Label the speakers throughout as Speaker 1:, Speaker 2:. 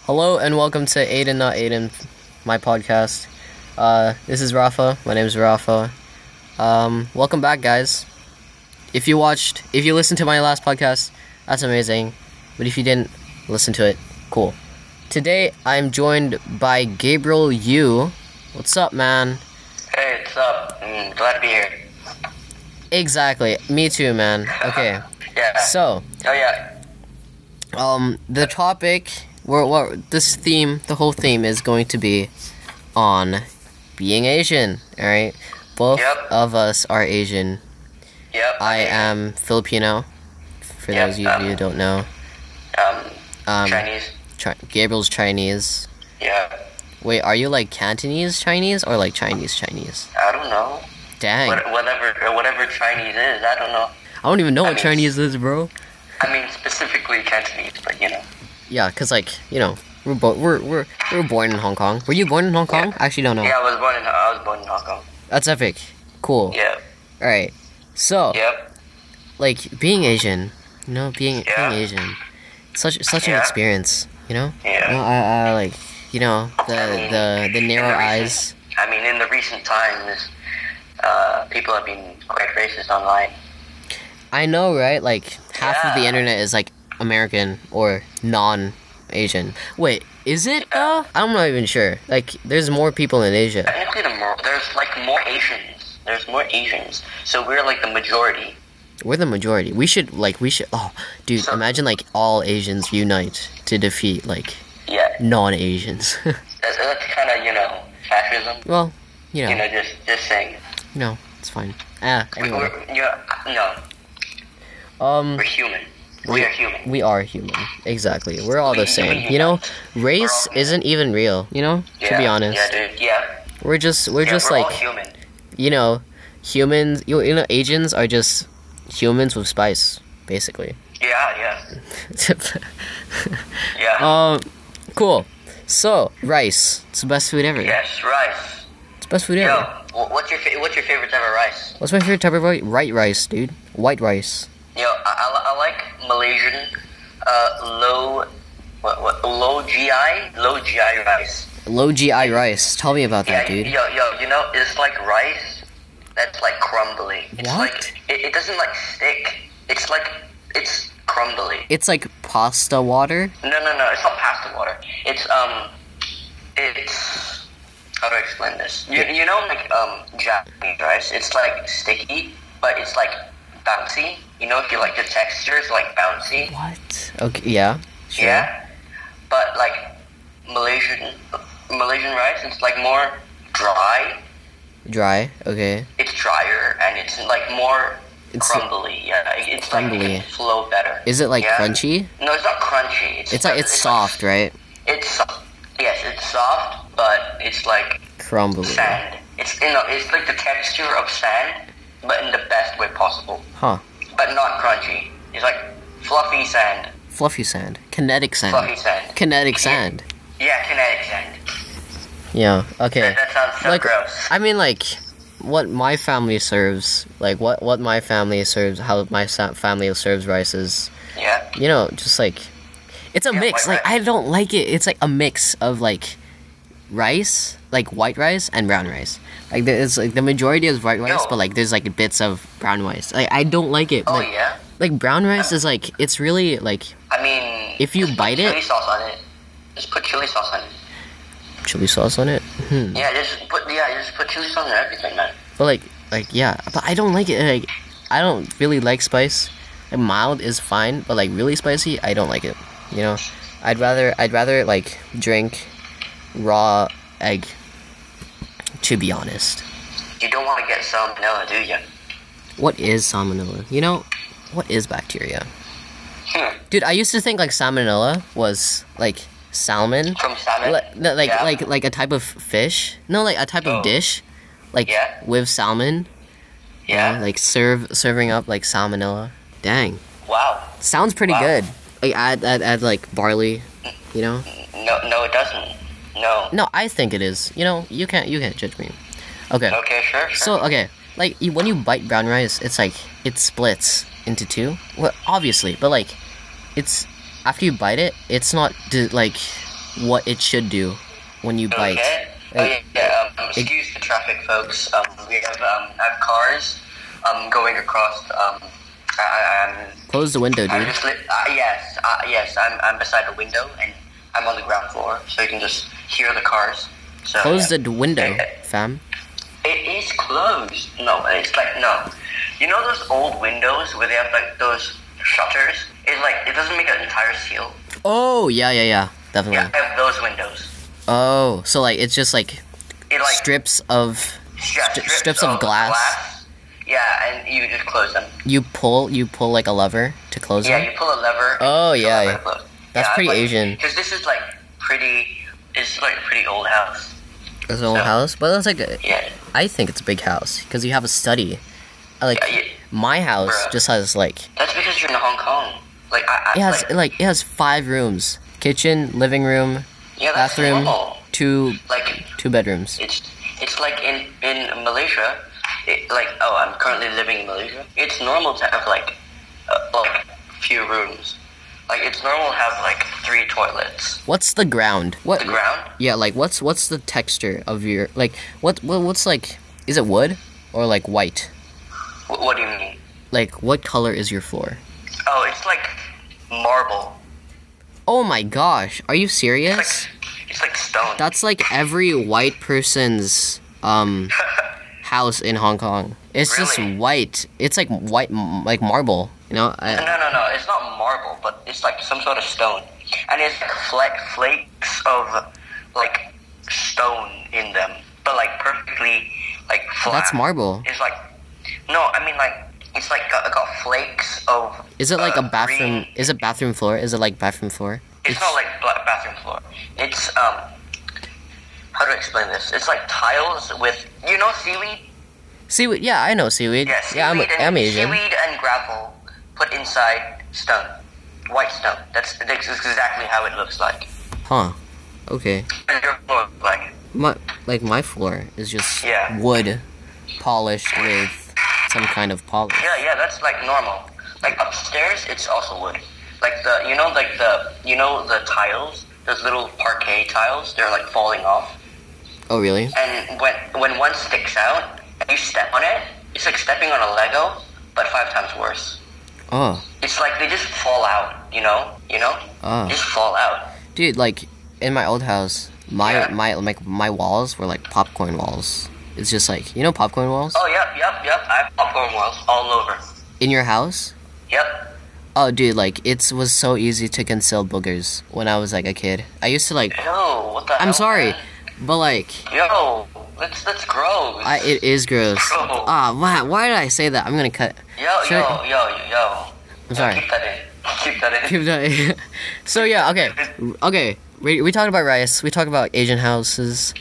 Speaker 1: Hello and welcome to Aiden Not Aiden, my podcast. Uh, this is Rafa. My name is Rafa. Um, welcome back, guys. If you watched, if you listened to my last podcast, that's amazing. But if you didn't listen to it, cool. Today I'm joined by Gabriel Yu. What's up, man?
Speaker 2: Hey, what's up? Mm, glad to be here.
Speaker 1: Exactly. Me too, man. Okay.
Speaker 2: Yeah.
Speaker 1: So,
Speaker 2: oh yeah.
Speaker 1: um, the topic, where what this theme, the whole theme is going to be on being Asian. All right, both
Speaker 2: Yep.
Speaker 1: of us are Asian.
Speaker 2: Yep.
Speaker 1: I am Filipino. For
Speaker 2: Yep,
Speaker 1: those of you
Speaker 2: um,
Speaker 1: who don't know,
Speaker 2: Um,
Speaker 1: um,
Speaker 2: Chinese.
Speaker 1: Chi- Gabriel's Chinese.
Speaker 2: Yeah.
Speaker 1: Wait, are you like Cantonese Chinese or like Chinese Chinese?
Speaker 2: I don't know.
Speaker 1: Dang,
Speaker 2: What, whatever, or whatever Chinese is, I don't know.
Speaker 1: I don't even know what
Speaker 2: Chinese.
Speaker 1: Chinese is, bro.
Speaker 2: I mean, specifically Cantonese, but you know.
Speaker 1: Yeah, cause like you know, we're bo- we're we're we were born in Hong Kong. Were you born in Hong Kong? I actually don't know.
Speaker 2: Yeah, I was born in I was born in Hong Kong.
Speaker 1: That's epic. Cool.
Speaker 2: Yeah.
Speaker 1: All right. So,
Speaker 2: Yep.
Speaker 1: like being Asian, you know, being
Speaker 2: Yeah.
Speaker 1: being Asian, such such an
Speaker 2: Yeah.
Speaker 1: experience, you know.
Speaker 2: Yeah.
Speaker 1: You know, I, I like, you know, the the the narrow
Speaker 2: In the recent-
Speaker 1: eyes.
Speaker 2: I mean, in the recent times, uh, people have been quite racist online.
Speaker 1: I know, right? Like half of the
Speaker 2: Yeah.
Speaker 1: internet is like American or non-Asian. Wait, is it? Uh, I'm not even sure. Like, there's more people in Asia.
Speaker 2: Technically, the more, there's like more Asians. There's more Asians, so we're like the majority.
Speaker 1: We're the majority. We should like we should. Oh, dude,
Speaker 2: So-
Speaker 1: imagine like all Asians unite to defeat like
Speaker 2: Yeah.
Speaker 1: non-Asians.
Speaker 2: That's, that's kind of you know fascism.
Speaker 1: well, you know,
Speaker 2: You know, just just saying.
Speaker 1: no, it's fine. Ah, anyway.
Speaker 2: We're, you know, no,
Speaker 1: Um,
Speaker 2: we're human. We are human.
Speaker 1: we are human. Exactly. We're all the
Speaker 2: We-
Speaker 1: same.
Speaker 2: we-
Speaker 1: You know, race
Speaker 2: all human.
Speaker 1: isn't even real. You know,
Speaker 2: Yeah,
Speaker 1: to be honest,
Speaker 2: Yeah, dude. Yeah.
Speaker 1: we're just we're
Speaker 2: yeah,
Speaker 1: just
Speaker 2: we're all
Speaker 1: like
Speaker 2: human.
Speaker 1: you know, humans. You, you know, Asians are just humans with spice, basically.
Speaker 2: Yeah, yeah, yeah.
Speaker 1: um, cool. So rice. It's the best food ever.
Speaker 2: yes, rice.
Speaker 1: It's the best food
Speaker 2: Yo,
Speaker 1: ever.
Speaker 2: wh- what's your fa- what's your favorite type of rice?
Speaker 1: What's my favorite type of rice? White rice, dude. White rice.
Speaker 2: Yo, I, I, li- I like Malaysian, uh, low, what, what, low GI, low GI rice.
Speaker 1: Low GI rice. Tell me about
Speaker 2: Yeah,
Speaker 1: that, dude.
Speaker 2: yo, yo, you know, it's like rice that's like crumbly. It's
Speaker 1: What?
Speaker 2: like it, it doesn't like stick. It's like it's crumbly.
Speaker 1: It's like pasta water.
Speaker 2: No, no, no. It's not pasta water. It's um, it's how do I explain this? You, you know, like um, Japanese rice. It's like sticky, but it's like bouncy. You know, if you like the texture, it's like bouncy.
Speaker 1: What? Okay. Yeah. Sure.
Speaker 2: Yeah. But like Malaysian Malaysian rice, it's like more dry.
Speaker 1: Dry. Okay.
Speaker 2: It's drier and it's like more
Speaker 1: It's-
Speaker 2: crumbly. Yeah, it's like
Speaker 1: Crumbly.
Speaker 2: it can flow better.
Speaker 1: Is it like
Speaker 2: Yeah.
Speaker 1: crunchy?
Speaker 2: No, it's not crunchy. It's
Speaker 1: It's like it's soft, right?
Speaker 2: It's soft. Yes, it's soft, but it's like
Speaker 1: Crumbly.
Speaker 2: sand. It's you know, it's like the texture of sand, but in the best way possible.
Speaker 1: Huh.
Speaker 2: But not crunchy. It's like fluffy sand,
Speaker 1: Fluffy sand. Kinetic
Speaker 2: fluffy
Speaker 1: sand.
Speaker 2: sand.
Speaker 1: Kinetic sand.
Speaker 2: Yeah, kinetic sand.
Speaker 1: Yeah. Okay.
Speaker 2: That, that sounds so
Speaker 1: Like-
Speaker 2: gross.
Speaker 1: I mean, like, what my family serves, like what what my family serves, how my sa- family serves rice is,
Speaker 2: Yeah,
Speaker 1: you know, just like, it's a
Speaker 2: Yeah,
Speaker 1: mix.
Speaker 2: white
Speaker 1: Like I don't like it. It's like a mix of like rice, like white rice and brown rice. Like there is like the majority is white rice,
Speaker 2: No.
Speaker 1: but like there's like bits of brown rice. Like I don't like it.
Speaker 2: Oh,
Speaker 1: like,
Speaker 2: yeah?
Speaker 1: Like brown rice is like it's really like
Speaker 2: I mean,
Speaker 1: If you
Speaker 2: just put
Speaker 1: bite it-
Speaker 2: chili sauce on it. Just put chili sauce on it.
Speaker 1: chili sauce on it. Hmm.
Speaker 2: Yeah, just put yeah, just put chili sauce on everything, man.
Speaker 1: But like, like yeah, but I don't like it. Like, I don't really like spice. Like, mild is fine, but like really spicy, I don't like it. You know, I'd rather I'd rather like drink raw egg. To be honest,
Speaker 2: You don't want to get salmonella, do you?
Speaker 1: what is salmonella? You know, what is bacteria?
Speaker 2: Hmm.
Speaker 1: Dude, I used to think like salmonella was like salmon,
Speaker 2: From salmon.
Speaker 1: like no, like,
Speaker 2: Yeah.
Speaker 1: like like a type of fish. No, like a type
Speaker 2: Oh.
Speaker 1: of dish, like
Speaker 2: Yeah.
Speaker 1: with salmon.
Speaker 2: yeah.
Speaker 1: like serve serving up like salmonella. Dang,
Speaker 2: wow.
Speaker 1: sounds pretty
Speaker 2: Wow.
Speaker 1: good. Like add, add add like barley, you know.
Speaker 2: No, no, it doesn't. No.
Speaker 1: No, I think it is. You know, you can't you can't judge me. Okay,
Speaker 2: Okay, sure, sure.
Speaker 1: so okay, like you, when you bite brown rice, it's like it splits into two. Well, obviously, but like it's after you bite it, it's not di- like what it should do when you bike.
Speaker 2: Okay. Oh, yeah,
Speaker 1: Like,
Speaker 2: yeah. Um, excuse the traffic, folks. Um, we have um, have cars um, going across. Um, I, I, I'm
Speaker 1: close the window,
Speaker 2: I'm
Speaker 1: dude.
Speaker 2: just li- uh, yes, uh, yes. I'm, I'm beside a window and I'm on the ground floor, so you can just hear the cars. So
Speaker 1: Close
Speaker 2: yeah.
Speaker 1: the d- window,
Speaker 2: Okay.
Speaker 1: fam.
Speaker 2: It is closed. No, it's like no. You know those old windows where they have like those shutters? It's like it doesn't make an entire seal.
Speaker 1: Oh yeah, yeah, yeah, definitely.
Speaker 2: Yeah, I have those windows.
Speaker 1: Oh, so like it's just like
Speaker 2: It like
Speaker 1: strips of
Speaker 2: yeah,
Speaker 1: stri- strips of glass.
Speaker 2: Yeah, and you just close them.
Speaker 1: you pull you pull like a lever to close
Speaker 2: Yeah,
Speaker 1: them.
Speaker 2: you pull a lever. and
Speaker 1: Oh,
Speaker 2: pull the
Speaker 1: yeah,
Speaker 2: lever
Speaker 1: yeah.
Speaker 2: and close.
Speaker 1: That's pretty Asian.
Speaker 2: Because this is like pretty. It's like a pretty old house.
Speaker 1: It's an old
Speaker 2: Yeah.
Speaker 1: house, but that's like a,
Speaker 2: Yeah.
Speaker 1: I think it's a big house because you have a study. I like
Speaker 2: Yeah, yeah.
Speaker 1: my house
Speaker 2: Bruh.
Speaker 1: just has like
Speaker 2: That's because you're in Hong Kong. Like I. I
Speaker 1: it has
Speaker 2: like,
Speaker 1: like it has five rooms: kitchen, living room,
Speaker 2: yeah, that's
Speaker 1: bathroom,
Speaker 2: normal.
Speaker 1: two
Speaker 2: Like
Speaker 1: two bedrooms.
Speaker 2: It's it's like in in Malaysia, it, like oh, I'm currently living in Malaysia. It's normal to have like uh, like few rooms. Like it's normal to have like three toilets.
Speaker 1: What's the ground? What
Speaker 2: The ground,
Speaker 1: Yeah, like what's what's the texture of your like what, what what's like is it wood or like white?
Speaker 2: wh- what do you mean?
Speaker 1: Like what color is your floor?
Speaker 2: Oh, it's like marble.
Speaker 1: Oh my gosh, are you
Speaker 2: It's
Speaker 1: serious?
Speaker 2: like it's like stone.
Speaker 1: That's like every white person's um house in Hong Kong. It's
Speaker 2: Really?
Speaker 1: just white. It's like white m- like marble, you know?
Speaker 2: no,
Speaker 1: I,
Speaker 2: no, no. It's not marble, but it's like some sort of stone, and it's like fla- flakes of like stone in them, but like perfectly like flat.
Speaker 1: Oh, that's marble.
Speaker 2: It's like no, I mean like it's like uh, got, got flakes of.
Speaker 1: Is it like a
Speaker 2: uh,
Speaker 1: bathroom
Speaker 2: green-
Speaker 1: is it bathroom floor? Is it like bathroom floor?
Speaker 2: It's not like bla- bathroom floor. It's um. How do I explain this? It's like tiles with you know seaweed.
Speaker 1: Seaweed. Yeah, I know seaweed.
Speaker 2: Yeah, seaweed
Speaker 1: yeah, I'm,
Speaker 2: and,
Speaker 1: I'm Asian.
Speaker 2: Seaweed and gravel put inside stone, white stone. That's, that's exactly how it looks like.
Speaker 1: Huh. Okay.
Speaker 2: And your floor looks like
Speaker 1: my like my floor is just
Speaker 2: Yeah.
Speaker 1: wood polished with some kind of polish.
Speaker 2: yeah, yeah. That's like normal. Like upstairs, it's also wood. Like the you know like the you know the tiles, those little parquet tiles, they're like falling off.
Speaker 1: Oh really?
Speaker 2: and when when one sticks out and you step on it, it's like stepping on a Lego, but five times worse.
Speaker 1: Oh,
Speaker 2: It's like they just fall out, you know, you know,
Speaker 1: Ah.
Speaker 2: just fall out.
Speaker 1: dude, like in my old house, my
Speaker 2: Yeah.
Speaker 1: my like my walls were like popcorn walls. It's just like you know popcorn walls
Speaker 2: Oh yep, yep, yep. I have popcorn walls all over.
Speaker 1: in your house.
Speaker 2: Yep.
Speaker 1: Oh, dude, like it was so easy to conceal boogers when I was like a kid. I used to like.
Speaker 2: Yo, what the?
Speaker 1: I'm
Speaker 2: hell,
Speaker 1: sorry,
Speaker 2: man?
Speaker 1: but like
Speaker 2: Yo, that's that's gross.
Speaker 1: I, it is gross.
Speaker 2: Bro.
Speaker 1: Ah, why why did I say that? I'm gonna cut.
Speaker 2: yo,
Speaker 1: should
Speaker 2: yo,
Speaker 1: I-
Speaker 2: yo, yo, yo.
Speaker 1: I'm sorry.
Speaker 2: Keep that in. Keep that in.
Speaker 1: Keep that- so yeah, okay, okay. We, we talked about rice. We talked about Asian houses.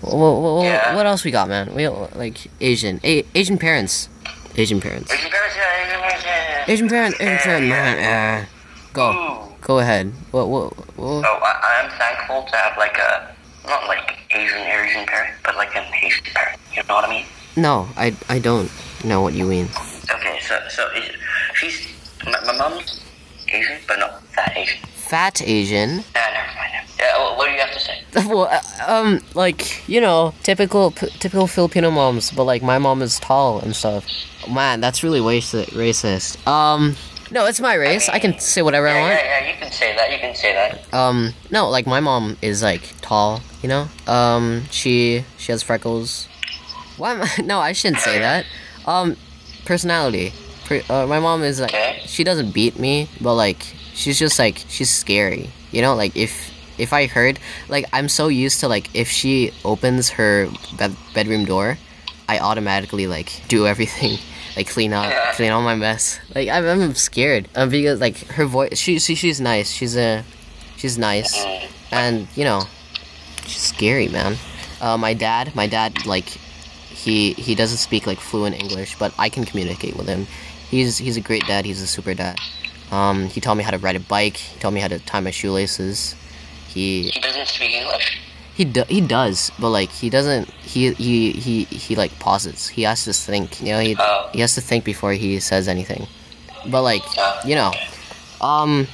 Speaker 1: What, what,
Speaker 2: Yeah.
Speaker 1: what else we got, man? We like Asian, a- Asian parents, Asian parents,
Speaker 2: Asian parents, yeah, Asian parents, yeah, yeah.
Speaker 1: Asian parents, Asian
Speaker 2: Yeah,
Speaker 1: parents.
Speaker 2: yeah.
Speaker 1: Man, uh, go,
Speaker 2: Ooh.
Speaker 1: go ahead. What, what, what?
Speaker 2: So I, I'm thankful to have like a not like Asian Asian parent, but like an Asian parent. You know what I mean?
Speaker 1: No, I, I don't know what you mean.
Speaker 2: Okay, so so is- she's my, my mom's Asian, but not that Asian.
Speaker 1: Fat Asian.
Speaker 2: Nah, never mind. Yeah, what, what do you have to say?
Speaker 1: well, uh, um, like you know, typical p- typical Filipino moms, but like my mom is tall and stuff. Man, that's really waci- racist. Um, no, it's my race. I can say whatever I
Speaker 2: Yeah,
Speaker 1: want.
Speaker 2: yeah, yeah. You can say that. You can say that.
Speaker 1: Um, no, like my mom is like tall. You know, um, she she has freckles. Why? Am I- no, I shouldn't say that. Um, personality. Per- uh, my mom is like
Speaker 2: Okay.
Speaker 1: she doesn't beat me, but like she's just like she's scary. You know, like if if I heard like I'm so used to like if she opens her bed- bedroom door, I automatically like do everything. Like clean up,
Speaker 2: Yeah.
Speaker 1: clean all my mess. Like I'm, I'm scared. Um, because like her voice, she, she she's nice. She's a, she's nice, and you know, she's scary, man. Uh, my dad, my dad, like he he doesn't speak like fluent English, but I can communicate with him. He's he's a great dad. He's a super dad. Um, he taught me how to ride a bike. He taught me how to tie my shoelaces. He
Speaker 2: He doesn't speak English.
Speaker 1: he do- he does, but like he doesn't. He he he he like pauses. He has to think. You know, he
Speaker 2: Oh.
Speaker 1: he has to think before he says anything. But like
Speaker 2: Oh.
Speaker 1: you know, um,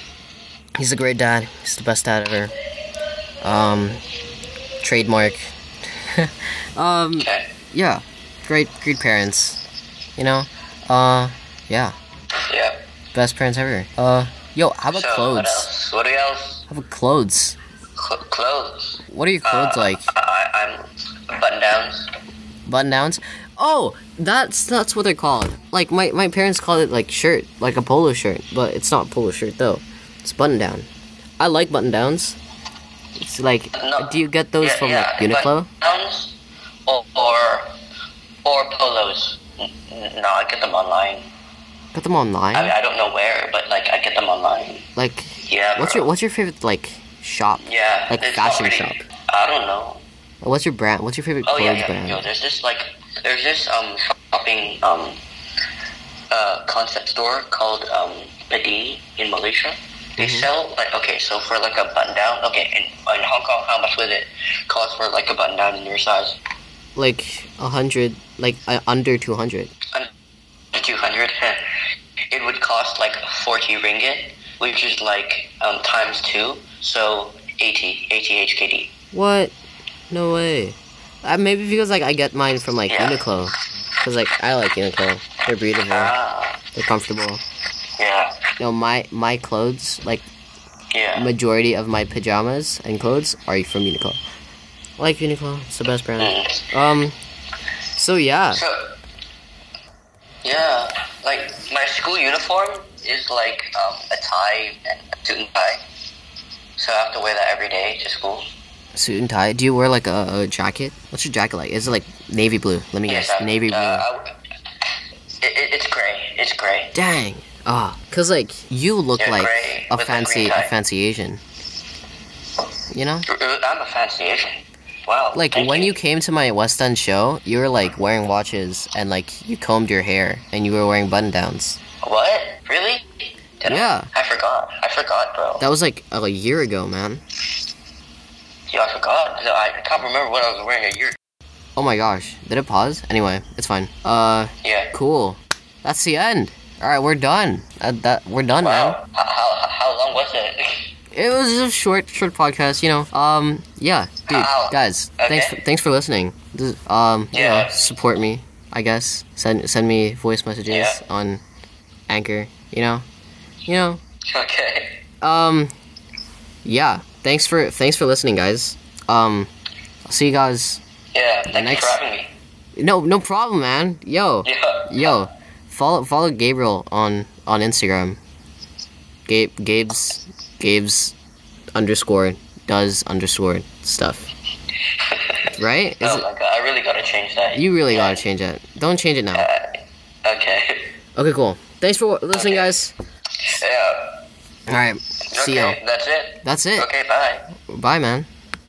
Speaker 1: he's a great dad. He's the best dad ever. Um, trademark. um,
Speaker 2: Okay.
Speaker 1: yeah, great, great parents. You know, uh, yeah,
Speaker 2: Yeah.
Speaker 1: best parents ever. Uh, yo, how about
Speaker 2: so what
Speaker 1: clothes?
Speaker 2: else? What else?
Speaker 1: How about clothes?
Speaker 2: Cl- clothes.
Speaker 1: What are your clothes
Speaker 2: Uh,
Speaker 1: like?
Speaker 2: I, I, I'm button downs.
Speaker 1: Button downs? Oh, that's that's what they're called. Like my my parents call it like shirt, like a polo shirt, but it's not polo shirt though. It's button down. I like button downs. It's like,
Speaker 2: No.
Speaker 1: do you get those
Speaker 2: yeah,
Speaker 1: from
Speaker 2: yeah,
Speaker 1: like Uniqlo?
Speaker 2: button downs or or, or polos. N- n- No, I get them online.
Speaker 1: Get them online.
Speaker 2: I mean, I don't know where, but like I get them online.
Speaker 1: like,
Speaker 2: Yeah.
Speaker 1: what's
Speaker 2: bro.
Speaker 1: your what's your favorite like shop?
Speaker 2: Yeah.
Speaker 1: like
Speaker 2: it's not
Speaker 1: fashion
Speaker 2: really-
Speaker 1: shop?
Speaker 2: I don't know.
Speaker 1: What's your brand? What's your favorite
Speaker 2: Oh
Speaker 1: clothes
Speaker 2: yeah, yeah.
Speaker 1: brand?
Speaker 2: Yo, there's this like there's this um shopping um uh concept store called um Bedi in Malaysia. They sell like okay, so for like a button down, okay, in, in Hong Kong, how much would it cost for like a button down in your size?
Speaker 1: Like a hundred, like uh, under two hundred.
Speaker 2: Two hundred. it would cost like forty ringgit, which is like um times two, so 80, 80 HKD.
Speaker 1: What? No way. Uh, maybe because like I get mine from like
Speaker 2: Yeah.
Speaker 1: Uniqlo, because like I like Uniqlo. They're breathable.
Speaker 2: Ah,
Speaker 1: They're comfortable.
Speaker 2: yeah,
Speaker 1: No, my my clothes, like
Speaker 2: yeah.
Speaker 1: majority of my pajamas and clothes, are from Uniqlo. I like Uniqlo. It's the best brand.
Speaker 2: Mm.
Speaker 1: Um. So yeah.
Speaker 2: So, yeah, like my school uniform is like um, a tie and a suit and tie. So I have to wear that every day to school.
Speaker 1: suit and tie. Do you wear like a, a jacket? What's your jacket like? Is it like navy blue? Let me guess.
Speaker 2: I-
Speaker 1: navy blue.
Speaker 2: uh, I- it, it, it's gray. It's gray.
Speaker 1: Dang. Ah, cause like you look
Speaker 2: Yeah,
Speaker 1: like
Speaker 2: gray
Speaker 1: a
Speaker 2: with a
Speaker 1: fancy,
Speaker 2: green
Speaker 1: a
Speaker 2: tie.
Speaker 1: fancy Asian. You know,
Speaker 2: I'm a fancy Asian. Wow.
Speaker 1: like
Speaker 2: thank
Speaker 1: when
Speaker 2: you.
Speaker 1: you came to my West End show, you were like wearing watches and like you combed your hair and you were wearing button downs.
Speaker 2: What? Really? Did I-
Speaker 1: Yeah.
Speaker 2: I, forgot. I forgot, bro.
Speaker 1: That was like a year ago, man.
Speaker 2: Yo, I forgot. No, I can't remember what I was wearing a year.
Speaker 1: Oh my gosh, did it pause? Anyway, it's fine. Uh,
Speaker 2: Yeah.
Speaker 1: cool. That's the end. All right, we're done. Uh, that we're done now.
Speaker 2: Wow. How, how, how long was it?
Speaker 1: it was just a short short podcast you know um yeah dude
Speaker 2: Wow.
Speaker 1: guys thanks for,
Speaker 2: Oh, Okay.
Speaker 1: thanks for listening This- um yeah
Speaker 2: Yeah.
Speaker 1: support me i guess send send me voice messages
Speaker 2: Yeah.
Speaker 1: on anchor you know you know
Speaker 2: okay.
Speaker 1: um yeah thanks for thanks for listening guys um i'll see you guys
Speaker 2: Yeah, thanks
Speaker 1: next-
Speaker 2: for having me.
Speaker 1: no no problem man yo
Speaker 2: Yeah.
Speaker 1: yo follow follow gabriel on on instagram gabe gabe's gabe's underscore does underscore stuff right Is
Speaker 2: oh
Speaker 1: it,
Speaker 2: my god, I really gotta change that. Uh,
Speaker 1: you really gotta change it don't change it now
Speaker 2: Okay.
Speaker 1: okay cool thanks for listening
Speaker 2: Okay.
Speaker 1: guys
Speaker 2: Yeah.
Speaker 1: all right see ya
Speaker 2: okay, that's it.
Speaker 1: that's it
Speaker 2: Okay, bye.
Speaker 1: bye man